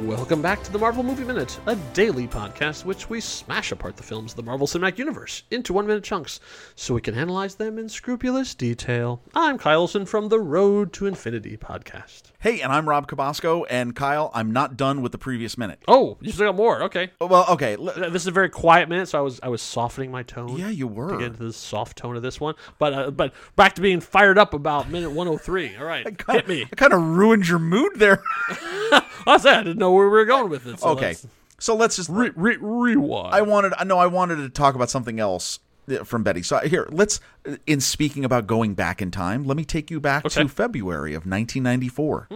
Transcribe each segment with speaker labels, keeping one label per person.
Speaker 1: Welcome back to the Marvel Movie Minute, a daily podcast which we smash apart the films of the Marvel Cinematic Universe into one minute chunks so we can analyze them in scrupulous detail. I'm Kyle Olson from the Road to Infinity podcast.
Speaker 2: Hey, and I'm Rob Cabasco, and Kyle, I'm not done with the previous minute.
Speaker 1: Oh, you still got more. Okay.
Speaker 2: Oh, Well, okay. l-
Speaker 1: Th- This is a very quiet minute, so I was I was softening my tone.
Speaker 2: Yeah, you were.
Speaker 1: To get into the soft tone of this one. But uh, but back to being fired up about minute 103. All right. Hit me.
Speaker 2: I kind of ruined your mood there.
Speaker 1: I said I didn't know where we were going with it. So
Speaker 2: okay.
Speaker 1: let's
Speaker 2: So let's just.
Speaker 1: Re- re- rewind.
Speaker 2: I wanted. I know I wanted to talk about something else uh, from Betty. So here, let's. In speaking about going back in time, let me take you back
Speaker 1: Okay. Hmm,
Speaker 2: to February of 1994,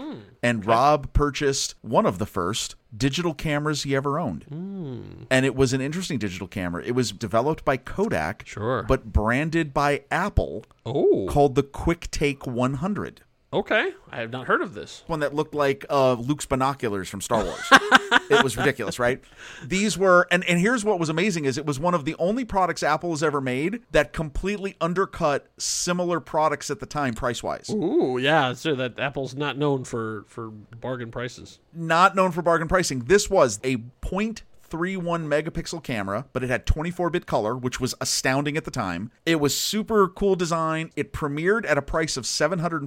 Speaker 2: and Rob purchased one of the first digital cameras he ever owned,
Speaker 1: Hmm.
Speaker 2: and it was an interesting digital camera. It was developed by Kodak,
Speaker 1: Sure.
Speaker 2: but branded by Apple,
Speaker 1: oh,
Speaker 2: called the Quick Take 100.
Speaker 1: okay. I have not heard of this.
Speaker 2: one that looked like uh, Luke's binoculars from Star Wars. it was ridiculous, right? These were, and, and here's what was amazing is it was one of the only products Apple has ever made that completely undercut similar products at the time price wise.
Speaker 1: Ooh, yeah. So that Apple's not known for for bargain prices.
Speaker 2: Not known for bargain pricing. This was a 0.31 megapixel camera, but it had 24 bit color, which was astounding at the time. It was super cool design. It premiered at a price of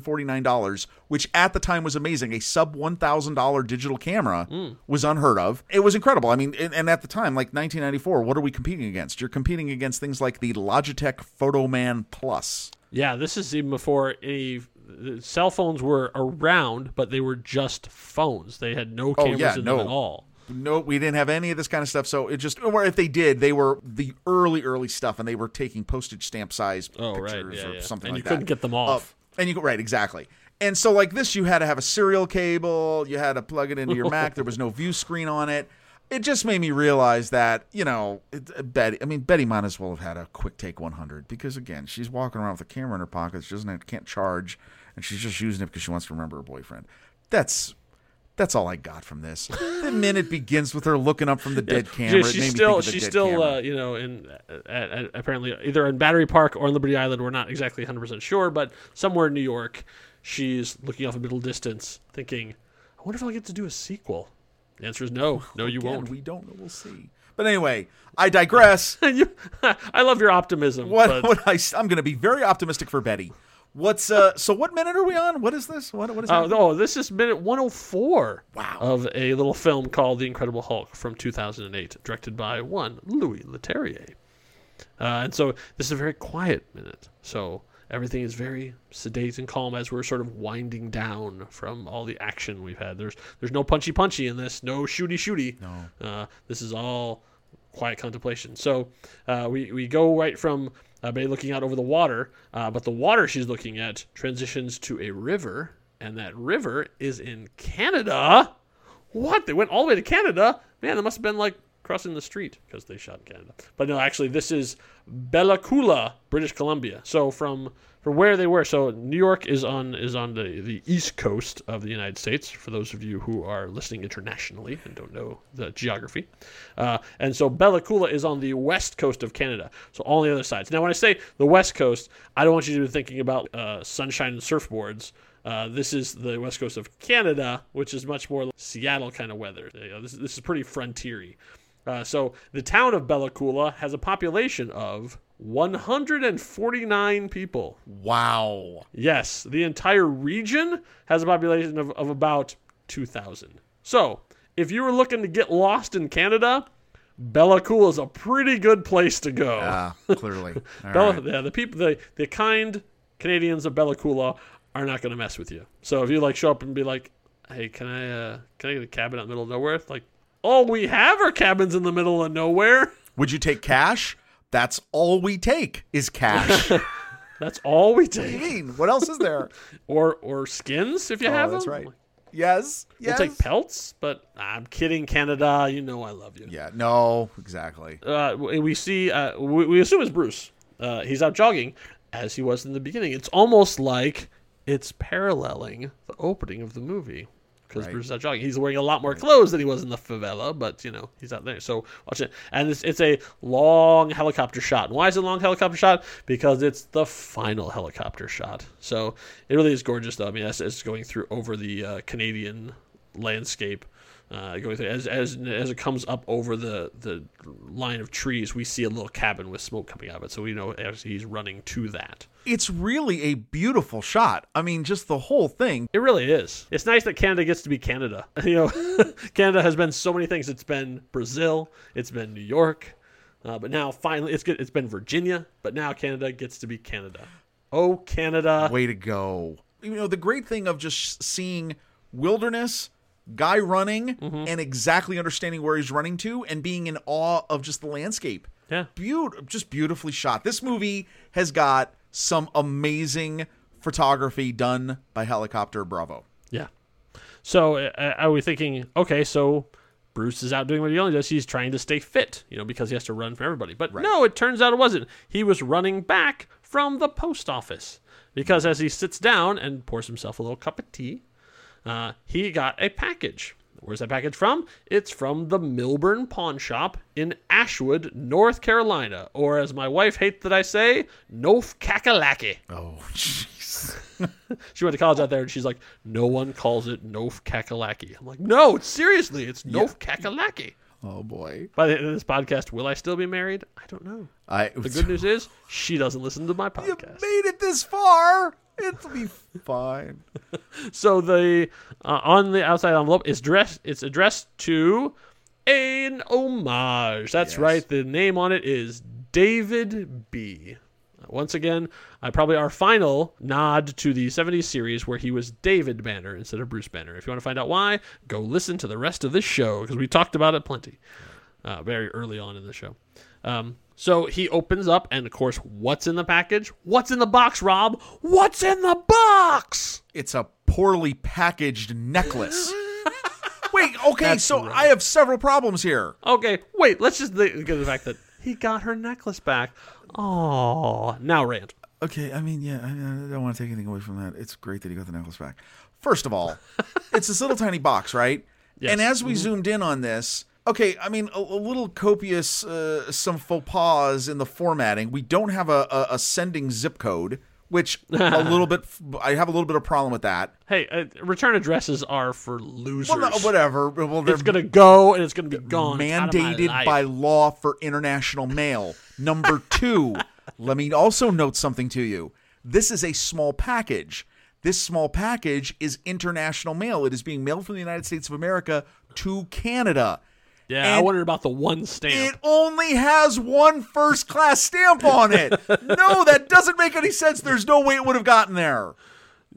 Speaker 2: $749, which at the time was amazing. A sub $1,000 digital camera was unheard of. It was incredible. I mean, and, and at the time, like 1994, what are we competing against? You're competing against things like the Logitech Photoman Plus.
Speaker 1: Yeah, this is even before any the cell phones were around, but they were just phones. They had no cameras
Speaker 2: Oh, yeah,
Speaker 1: in
Speaker 2: no.
Speaker 1: them at all.
Speaker 2: No, we didn't have any of this kind of stuff. So it just, or if they did, they were the early, early stuff, and they were taking postage stamp size
Speaker 1: Oh, right,
Speaker 2: pictures
Speaker 1: yeah,
Speaker 2: or
Speaker 1: yeah.
Speaker 2: something
Speaker 1: And
Speaker 2: like
Speaker 1: you
Speaker 2: that.
Speaker 1: couldn't get them off.
Speaker 2: Uh, and you could- right, exactly. And so like this, you had to have a serial cable. You had to plug it into your Mac. There was no view screen on it. It just made me realize that you know it, uh, Betty. I mean, Betty might as well have had a quick take 100 because again, she's walking around with a camera in her pocket. She doesn't have, can't charge, and she's just using it because she wants to remember her boyfriend. That's that's all I got from this. The minute begins with her looking up from the dead camera.
Speaker 1: She-
Speaker 2: It made
Speaker 1: she's
Speaker 2: me think
Speaker 1: still,
Speaker 2: of the
Speaker 1: she's
Speaker 2: dead
Speaker 1: still,
Speaker 2: camera.
Speaker 1: uh, you know, in at, at, apparently either in Battery Park or in Liberty Island. We're not exactly 100 percent sure, but somewhere in New York, she's looking off a middle distance, thinking, "I wonder if I'll get to do a sequel." The answer is no, no, you
Speaker 2: Again,
Speaker 1: won't.
Speaker 2: We don't know. We'll see. But anyway, I digress.
Speaker 1: You- I love your optimism.
Speaker 2: What,
Speaker 1: but-
Speaker 2: what I, am going to be very optimistic for Betty. What's uh? So what minute are we on? What is this? What what is
Speaker 1: Uh,
Speaker 2: that?
Speaker 1: oh, this is minute 104
Speaker 2: Wow.
Speaker 1: of a little film called The Incredible Hulk from 2008, directed by one Louis Leterrier. Uh, and so this is a very quiet minute. So everything is very sedate and calm as we're sort of winding down from all the action we've had. There's there's no punchy punchy in this, no shooty shooty. No. Uh, this is all quiet contemplation. So uh, we, we go right from uh, Bay looking out over the water, uh, but the water she's looking at transitions to a river, and that river is in Canada. What? They went all the way to Canada? Man, that must have been like crossing the street because they shot in Canada. But no, actually, this is Bella Coola, British Columbia. So from from where they were, so New York is on is on the, the east coast of the United States. For those of you who are listening internationally and don't know the geography, uh, and so Bella Coola is on the west coast of Canada. So all the other sides. Now, when I say the west coast, I don't want you to be thinking about uh, sunshine and surfboards. Uh, this is the west coast of Canada, which is much more like Seattle kind of weather. You know, this, this is pretty frontiery. Uh, so the town of Bella Coola has a population of 149 people.
Speaker 2: Wow.
Speaker 1: Yes, the entire region has a population of, of about 2,000. So if you were looking to get lost in Canada, Bella Coola is a pretty good place to go.
Speaker 2: Ah, clearly. All
Speaker 1: Bella,
Speaker 2: right.
Speaker 1: yeah, the people, the, the kind Canadians of Bella Coola are not going to mess with you. So if you like show up and be like, "Hey, can I uh, can I get a cabin out in the middle of nowhere?" It's like, all we have are cabins in the middle of nowhere.
Speaker 2: Would you take cash? That's all we take is cash. what
Speaker 1: That's all we
Speaker 2: do you
Speaker 1: take.
Speaker 2: mean? What else is there?
Speaker 1: Or or skins if you
Speaker 2: Oh,
Speaker 1: have
Speaker 2: that's
Speaker 1: them.
Speaker 2: right. Yes.
Speaker 1: We'll
Speaker 2: Yes.
Speaker 1: take pelts, but I'm kidding, Canada. You know I love you.
Speaker 2: yeah. No. Exactly.
Speaker 1: uh, we we see uh, we, we assume it's Bruce. Uh, he's out jogging, as he was in the beginning. It's almost like it's paralleling the opening of the movie because
Speaker 2: Right.
Speaker 1: Bruce is out jogging. He's wearing a lot more clothes than he was in the favela, but you know he's out there. So watch it, and it's, it's a long helicopter shot. And why is it a long helicopter shot? Because it's the final helicopter shot. So it really is gorgeous, though. I mean, that's it's going through over the uh, Canadian landscape. uh, going through, as as as it comes up over the the line of trees, we see a little cabin with smoke coming out of it. So we know as he's running to that.
Speaker 2: It's really a beautiful shot. I mean, just the whole thing.
Speaker 1: It really is. It's nice that Canada gets to be Canada. You know, Canada has been so many things. It's been Brazil. It's been New York. Uh, but now finally, it's good. It's been Virginia, but now Canada gets to be Canada. Oh, Canada!
Speaker 2: Way to go. You know, the great thing of just seeing wilderness, guy running,
Speaker 1: Mm-hmm.
Speaker 2: and exactly understanding where he's running to and being in awe of just the landscape.
Speaker 1: Yeah.
Speaker 2: Beaut- just beautifully shot. This movie has got some amazing photography done by Helicopter Bravo.
Speaker 1: Yeah. So uh, are we thinking? Okay, so Bruce is out doing what he only does. He's trying to stay fit, you know, because he has to run from everybody. But no, it turns out it wasn't. He was running back from the post office because as he sits down and pours himself a little cup of tea, uh, he got a package. Where's that package from? It's from the Milburn Pawn Shop in Ashwood, North Carolina, or as my wife hates that I say, North Kakalaki.
Speaker 2: Oh, jeez.
Speaker 1: She went to college out there, and she's like, "No one calls it Nof Kakalaki." I'm like, "No, it's seriously, it's Nof Kakalaki."
Speaker 2: Oh, boy.
Speaker 1: By the end of this podcast, will I still be married? I don't know.
Speaker 2: I,
Speaker 1: The good news is she doesn't listen to my podcast.
Speaker 2: made it this far. It'll be fine.
Speaker 1: So the uh, on the outside envelope is dressed. It's addressed to an homage. That's
Speaker 2: Yes.
Speaker 1: right. The name on it is David B. Once again, uh, probably our final nod to the 70s series where he was David Banner instead of Bruce Banner. If you want to find out why, go listen to the rest of this show because we talked about it plenty uh, very early on in the show. Um, so he opens up, and of course, what's in the package? What's in the box, Rob? What's in the box?
Speaker 2: It's a poorly packaged necklace. Wait, okay, so I have several problems here.
Speaker 1: Okay, wait. Let's just think of the fact that he got her necklace back. Oh, now rant.
Speaker 2: Okay, I mean, yeah, I, I don't want to take anything away from that. It's great that he got the necklace back. First of all, it's this little tiny box, right? And as we zoomed in on this, okay, I mean, a, a little copious, uh, some faux pas in the formatting. We don't have a, a, a sending zip code, which a little bit, I have a little bit of problem with that.
Speaker 1: Hey, uh, return addresses are for losers.
Speaker 2: Well, no, whatever. Well, they're
Speaker 1: it's gonna go and it's gonna be gone. It's out of my
Speaker 2: mandated
Speaker 1: life.
Speaker 2: by law for international mail. Number two, let me also note something to you. This is a small package. This small package is international mail. It is being mailed from the United States of America to Canada.
Speaker 1: Yeah, I
Speaker 2: and
Speaker 1: wondered about the one stamp.
Speaker 2: It only has one first class stamp on it. No, that doesn't make any sense. There's no way it would have gotten there.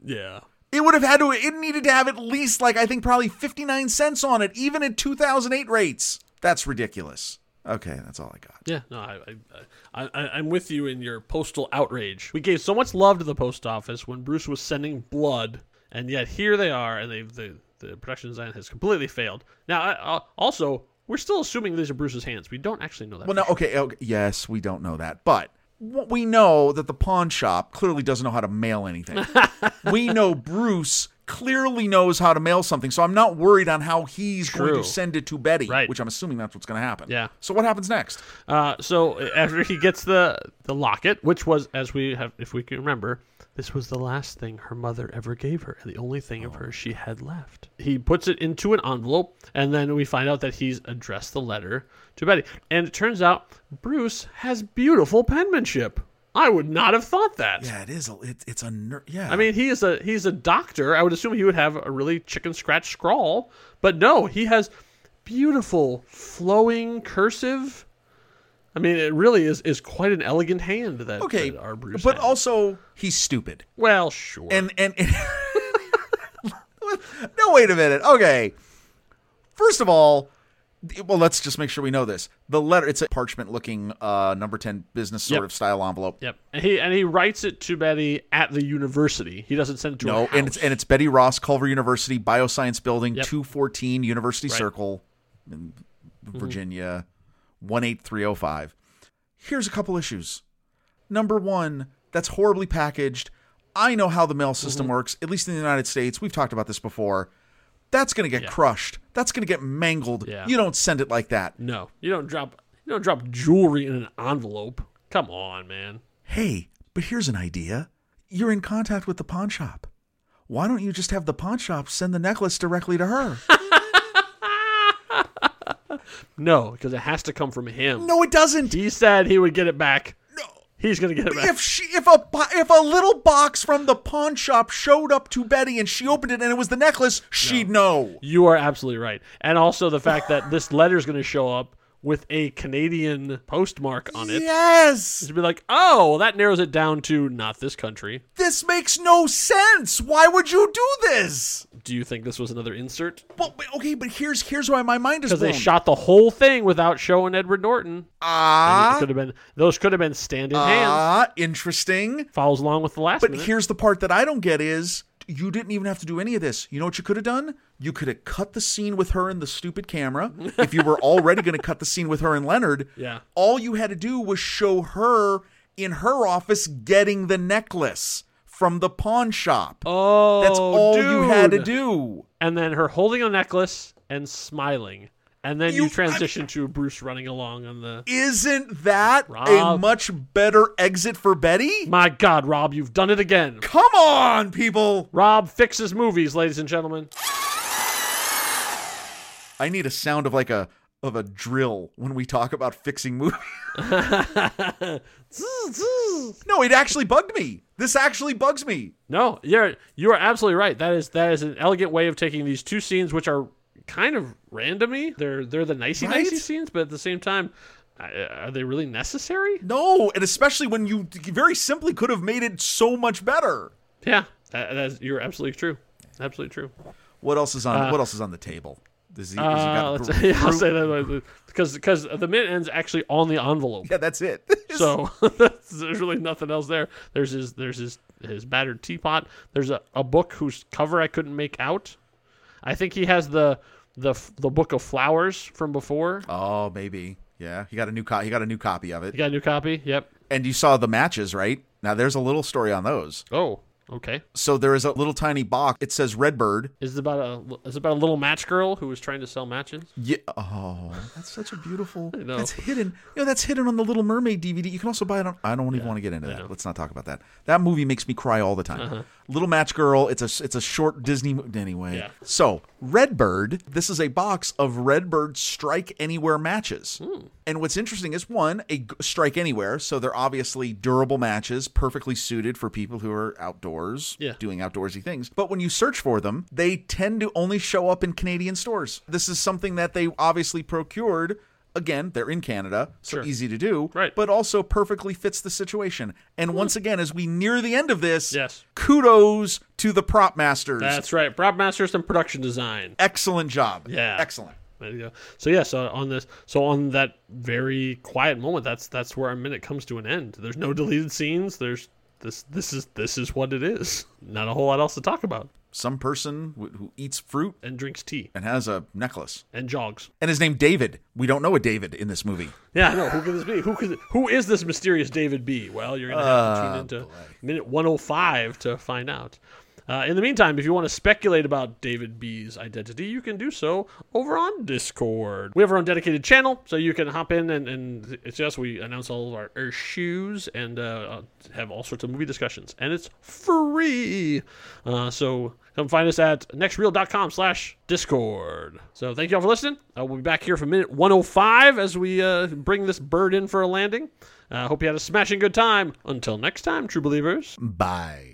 Speaker 1: yeah.
Speaker 2: It would have had to, it needed to have at least, like, I think probably 59 cents on it, even at 2008 rates. That's ridiculous. Okay, that's all I got.
Speaker 1: Yeah, no, I, I, I, I, I'm with you in your postal outrage. We gave so much love to the post office when Bruce was sending blood, and yet here they are, and they've the, the production design has completely failed. Now, I, I, also, we're still assuming these are Bruce's hands. We don't actually know that.
Speaker 2: Well, no, okay, okay, yes, we don't know that, but what we know that the pawn shop clearly doesn't know how to mail anything. we know Bruce clearly knows how to mail something, so I'm not worried on how he's going
Speaker 1: True.
Speaker 2: to send it to Betty,
Speaker 1: Right.
Speaker 2: which I'm assuming that's what's going to happen.
Speaker 1: Yeah.
Speaker 2: So what happens next?
Speaker 1: Uh, so after he gets the the locket, which was as we have, if we can remember, this was the last thing her mother ever gave her, and the only thing of her she had left. He puts it into an envelope, and then we find out that he's addressed the letter to Betty. And it turns out Bruce has beautiful penmanship. I would not have thought that.
Speaker 2: Yeah, it is. A, it, it's a ner- yeah.
Speaker 1: I mean, he is a he's a doctor. I would assume he would have a really chicken scratch scrawl, but no, he has beautiful flowing cursive. I mean, it really is is quite an elegant hand that
Speaker 2: okay,
Speaker 1: that our Bruce
Speaker 2: but
Speaker 1: had.
Speaker 2: also he's stupid.
Speaker 1: well, sure.
Speaker 2: and and, and no wait a minute okay first of all well let's just make sure we know this the letter it's a parchment looking uh number 10 business sort
Speaker 1: Yep.
Speaker 2: of style envelope
Speaker 1: yep, and he and he writes it to Betty at the university. He doesn't send it to her
Speaker 2: no
Speaker 1: house.
Speaker 2: and it's and it's betty ross culver university bioscience building
Speaker 1: Yep.
Speaker 2: 214 university circle in virginia 18305 here's a couple issues number one that's horribly packaged i know how the mail
Speaker 1: Mm-hmm.
Speaker 2: system works at least in the united states we've talked about this before that's going to get crushed that's going to get mangled
Speaker 1: Yeah.
Speaker 2: you don't send it like that
Speaker 1: no, you don't drop you don't drop jewelry in an envelope. Come on, man.
Speaker 2: hey but here's an idea you're in contact with the pawn shop why don't you just have the pawn shop send the necklace directly to her
Speaker 1: No, because it has to come from him.
Speaker 2: No, it doesn't.
Speaker 1: He said he would get it back.
Speaker 2: No.
Speaker 1: He's gonna get it back.
Speaker 2: If she, if a, bo- if a little box from the pawn shop showed up to Betty and she opened it and it was the necklace, she'd know.
Speaker 1: You are absolutely right. And also the fact that this letter is going to show up with a Canadian postmark on it.
Speaker 2: Yes,
Speaker 1: To be like, oh, well, that narrows it down to not this country.
Speaker 2: this makes no sense. Why would you do this?
Speaker 1: Do you think this was another insert?
Speaker 2: But but- okay, but here's here's why my mind is
Speaker 1: Because
Speaker 2: blown.
Speaker 1: they shot the whole thing without showing Edward Norton.
Speaker 2: ah,
Speaker 1: could have been those could have been stand in hand.
Speaker 2: ah, interesting.
Speaker 1: Follows along with the last
Speaker 2: But
Speaker 1: minute.
Speaker 2: here's the part that I don't get is you didn't even have to do any of this. You know what you could have done? You could have cut the scene with her and the stupid camera. if you were already going to cut the scene with her and Leonard,
Speaker 1: Yeah.
Speaker 2: all you had to do was show her in her office getting the necklace from the pawn shop.
Speaker 1: oh,
Speaker 2: That's all you had to
Speaker 1: dude.
Speaker 2: do.
Speaker 1: And then her holding a necklace and smiling. And then you,
Speaker 2: You-
Speaker 1: transition to Bruce running along on the
Speaker 2: Isn't that a
Speaker 1: Rob.
Speaker 2: much better exit for Betty?
Speaker 1: My God, Rob, you've done it again.
Speaker 2: Come on, people.
Speaker 1: Rob fixes movies, ladies and gentlemen.
Speaker 2: I need a sound of like a of a drill when we talk about fixing movies. No, it actually bugged me. This actually bugs me.
Speaker 1: no, you're you are absolutely right. That is that is an elegant way of taking these two scenes, which are kind of randomy. They're they're the nicey
Speaker 2: Right?
Speaker 1: nicey scenes, but at the same time, I- uh, are they really necessary?
Speaker 2: No, and especially when you very simply could have made it so much better.
Speaker 1: Yeah, that, that's you're absolutely true. Absolutely true.
Speaker 2: What else is on? what else is on the table? Does he, has he
Speaker 1: Uh,
Speaker 2: got
Speaker 1: let's,
Speaker 2: bru-
Speaker 1: I'll
Speaker 2: bru-
Speaker 1: say that because because the minute ends actually on the envelope.
Speaker 2: yeah, that's it.
Speaker 1: So that's, there's really nothing else there. There's his there's his his battered teapot. There's a, a book whose cover I couldn't make out. I think he has the the f- the book of flowers from before.
Speaker 2: oh, maybe. Yeah, he got a new co- he got a new copy of
Speaker 1: You
Speaker 2: it.
Speaker 1: got a new copy? Yep.
Speaker 2: And you saw the matches, right? Now there's a little story on those.
Speaker 1: Oh, okay.
Speaker 2: So there is a little tiny box. It says Redbird.
Speaker 1: Is it about a is it about a little match girl who was trying to sell matches?
Speaker 2: Yeah. Oh, that's such a beautiful.
Speaker 1: know.
Speaker 2: That's hidden. You know, that's hidden on the Little Mermaid DVD. You can also buy it on. I don't even want to get into that. Let's not talk about that. That movie makes me cry all the time.
Speaker 1: Uh-huh.
Speaker 2: Little Match Girl. It's a it's a short Disney mo- anyway.
Speaker 1: Yeah.
Speaker 2: So Redbird. This is a box of Redbird Strike Anywhere matches.
Speaker 1: Hmm.
Speaker 2: And what's interesting is one a g- Strike Anywhere. So they're obviously durable matches, perfectly suited for people who are outdoors
Speaker 1: Yeah.
Speaker 2: doing outdoorsy things. But when you search for them, they tend to only show up in Canadian stores. This is something that they obviously procured. Again, they're in Canada, so
Speaker 1: Sure.
Speaker 2: easy to do,
Speaker 1: Right.
Speaker 2: but also perfectly fits the situation. And once again, as we near the end of this,
Speaker 1: Yes.
Speaker 2: kudos to the prop masters.
Speaker 1: That's right. Prop masters and production design.
Speaker 2: Excellent job.
Speaker 1: Yeah.
Speaker 2: Excellent.
Speaker 1: There you go. So yeah, so on this, so on that very quiet moment, that's that's where our minute comes to an end. There's no deleted scenes. There's this. This is this is what it is. Not a whole lot else to talk about.
Speaker 2: Some person wh- who eats fruit
Speaker 1: And drinks tea
Speaker 2: and has a necklace.
Speaker 1: and jogs.
Speaker 2: And his name David. We don't know a David in this movie.
Speaker 1: Yeah, I know. Who could this be? Who could? Who is this mysterious David B? Well, you're gonna have to tune into minute 105 to find out. Uh, in the meantime, if you want to speculate about David B's identity, you can do so over on Discord. We have our own dedicated channel, so you can hop in and, and it's just we announce all of our issues and uh, have all sorts of movie discussions, and it's free. Uh, so come find us at nextreel.com slash discord. So thank you all for listening. Uh, we'll be back here for minute 105 as we uh, bring this bird in for a landing. I uh, hope you had a smashing good time. Until next time, true believers.
Speaker 2: Bye.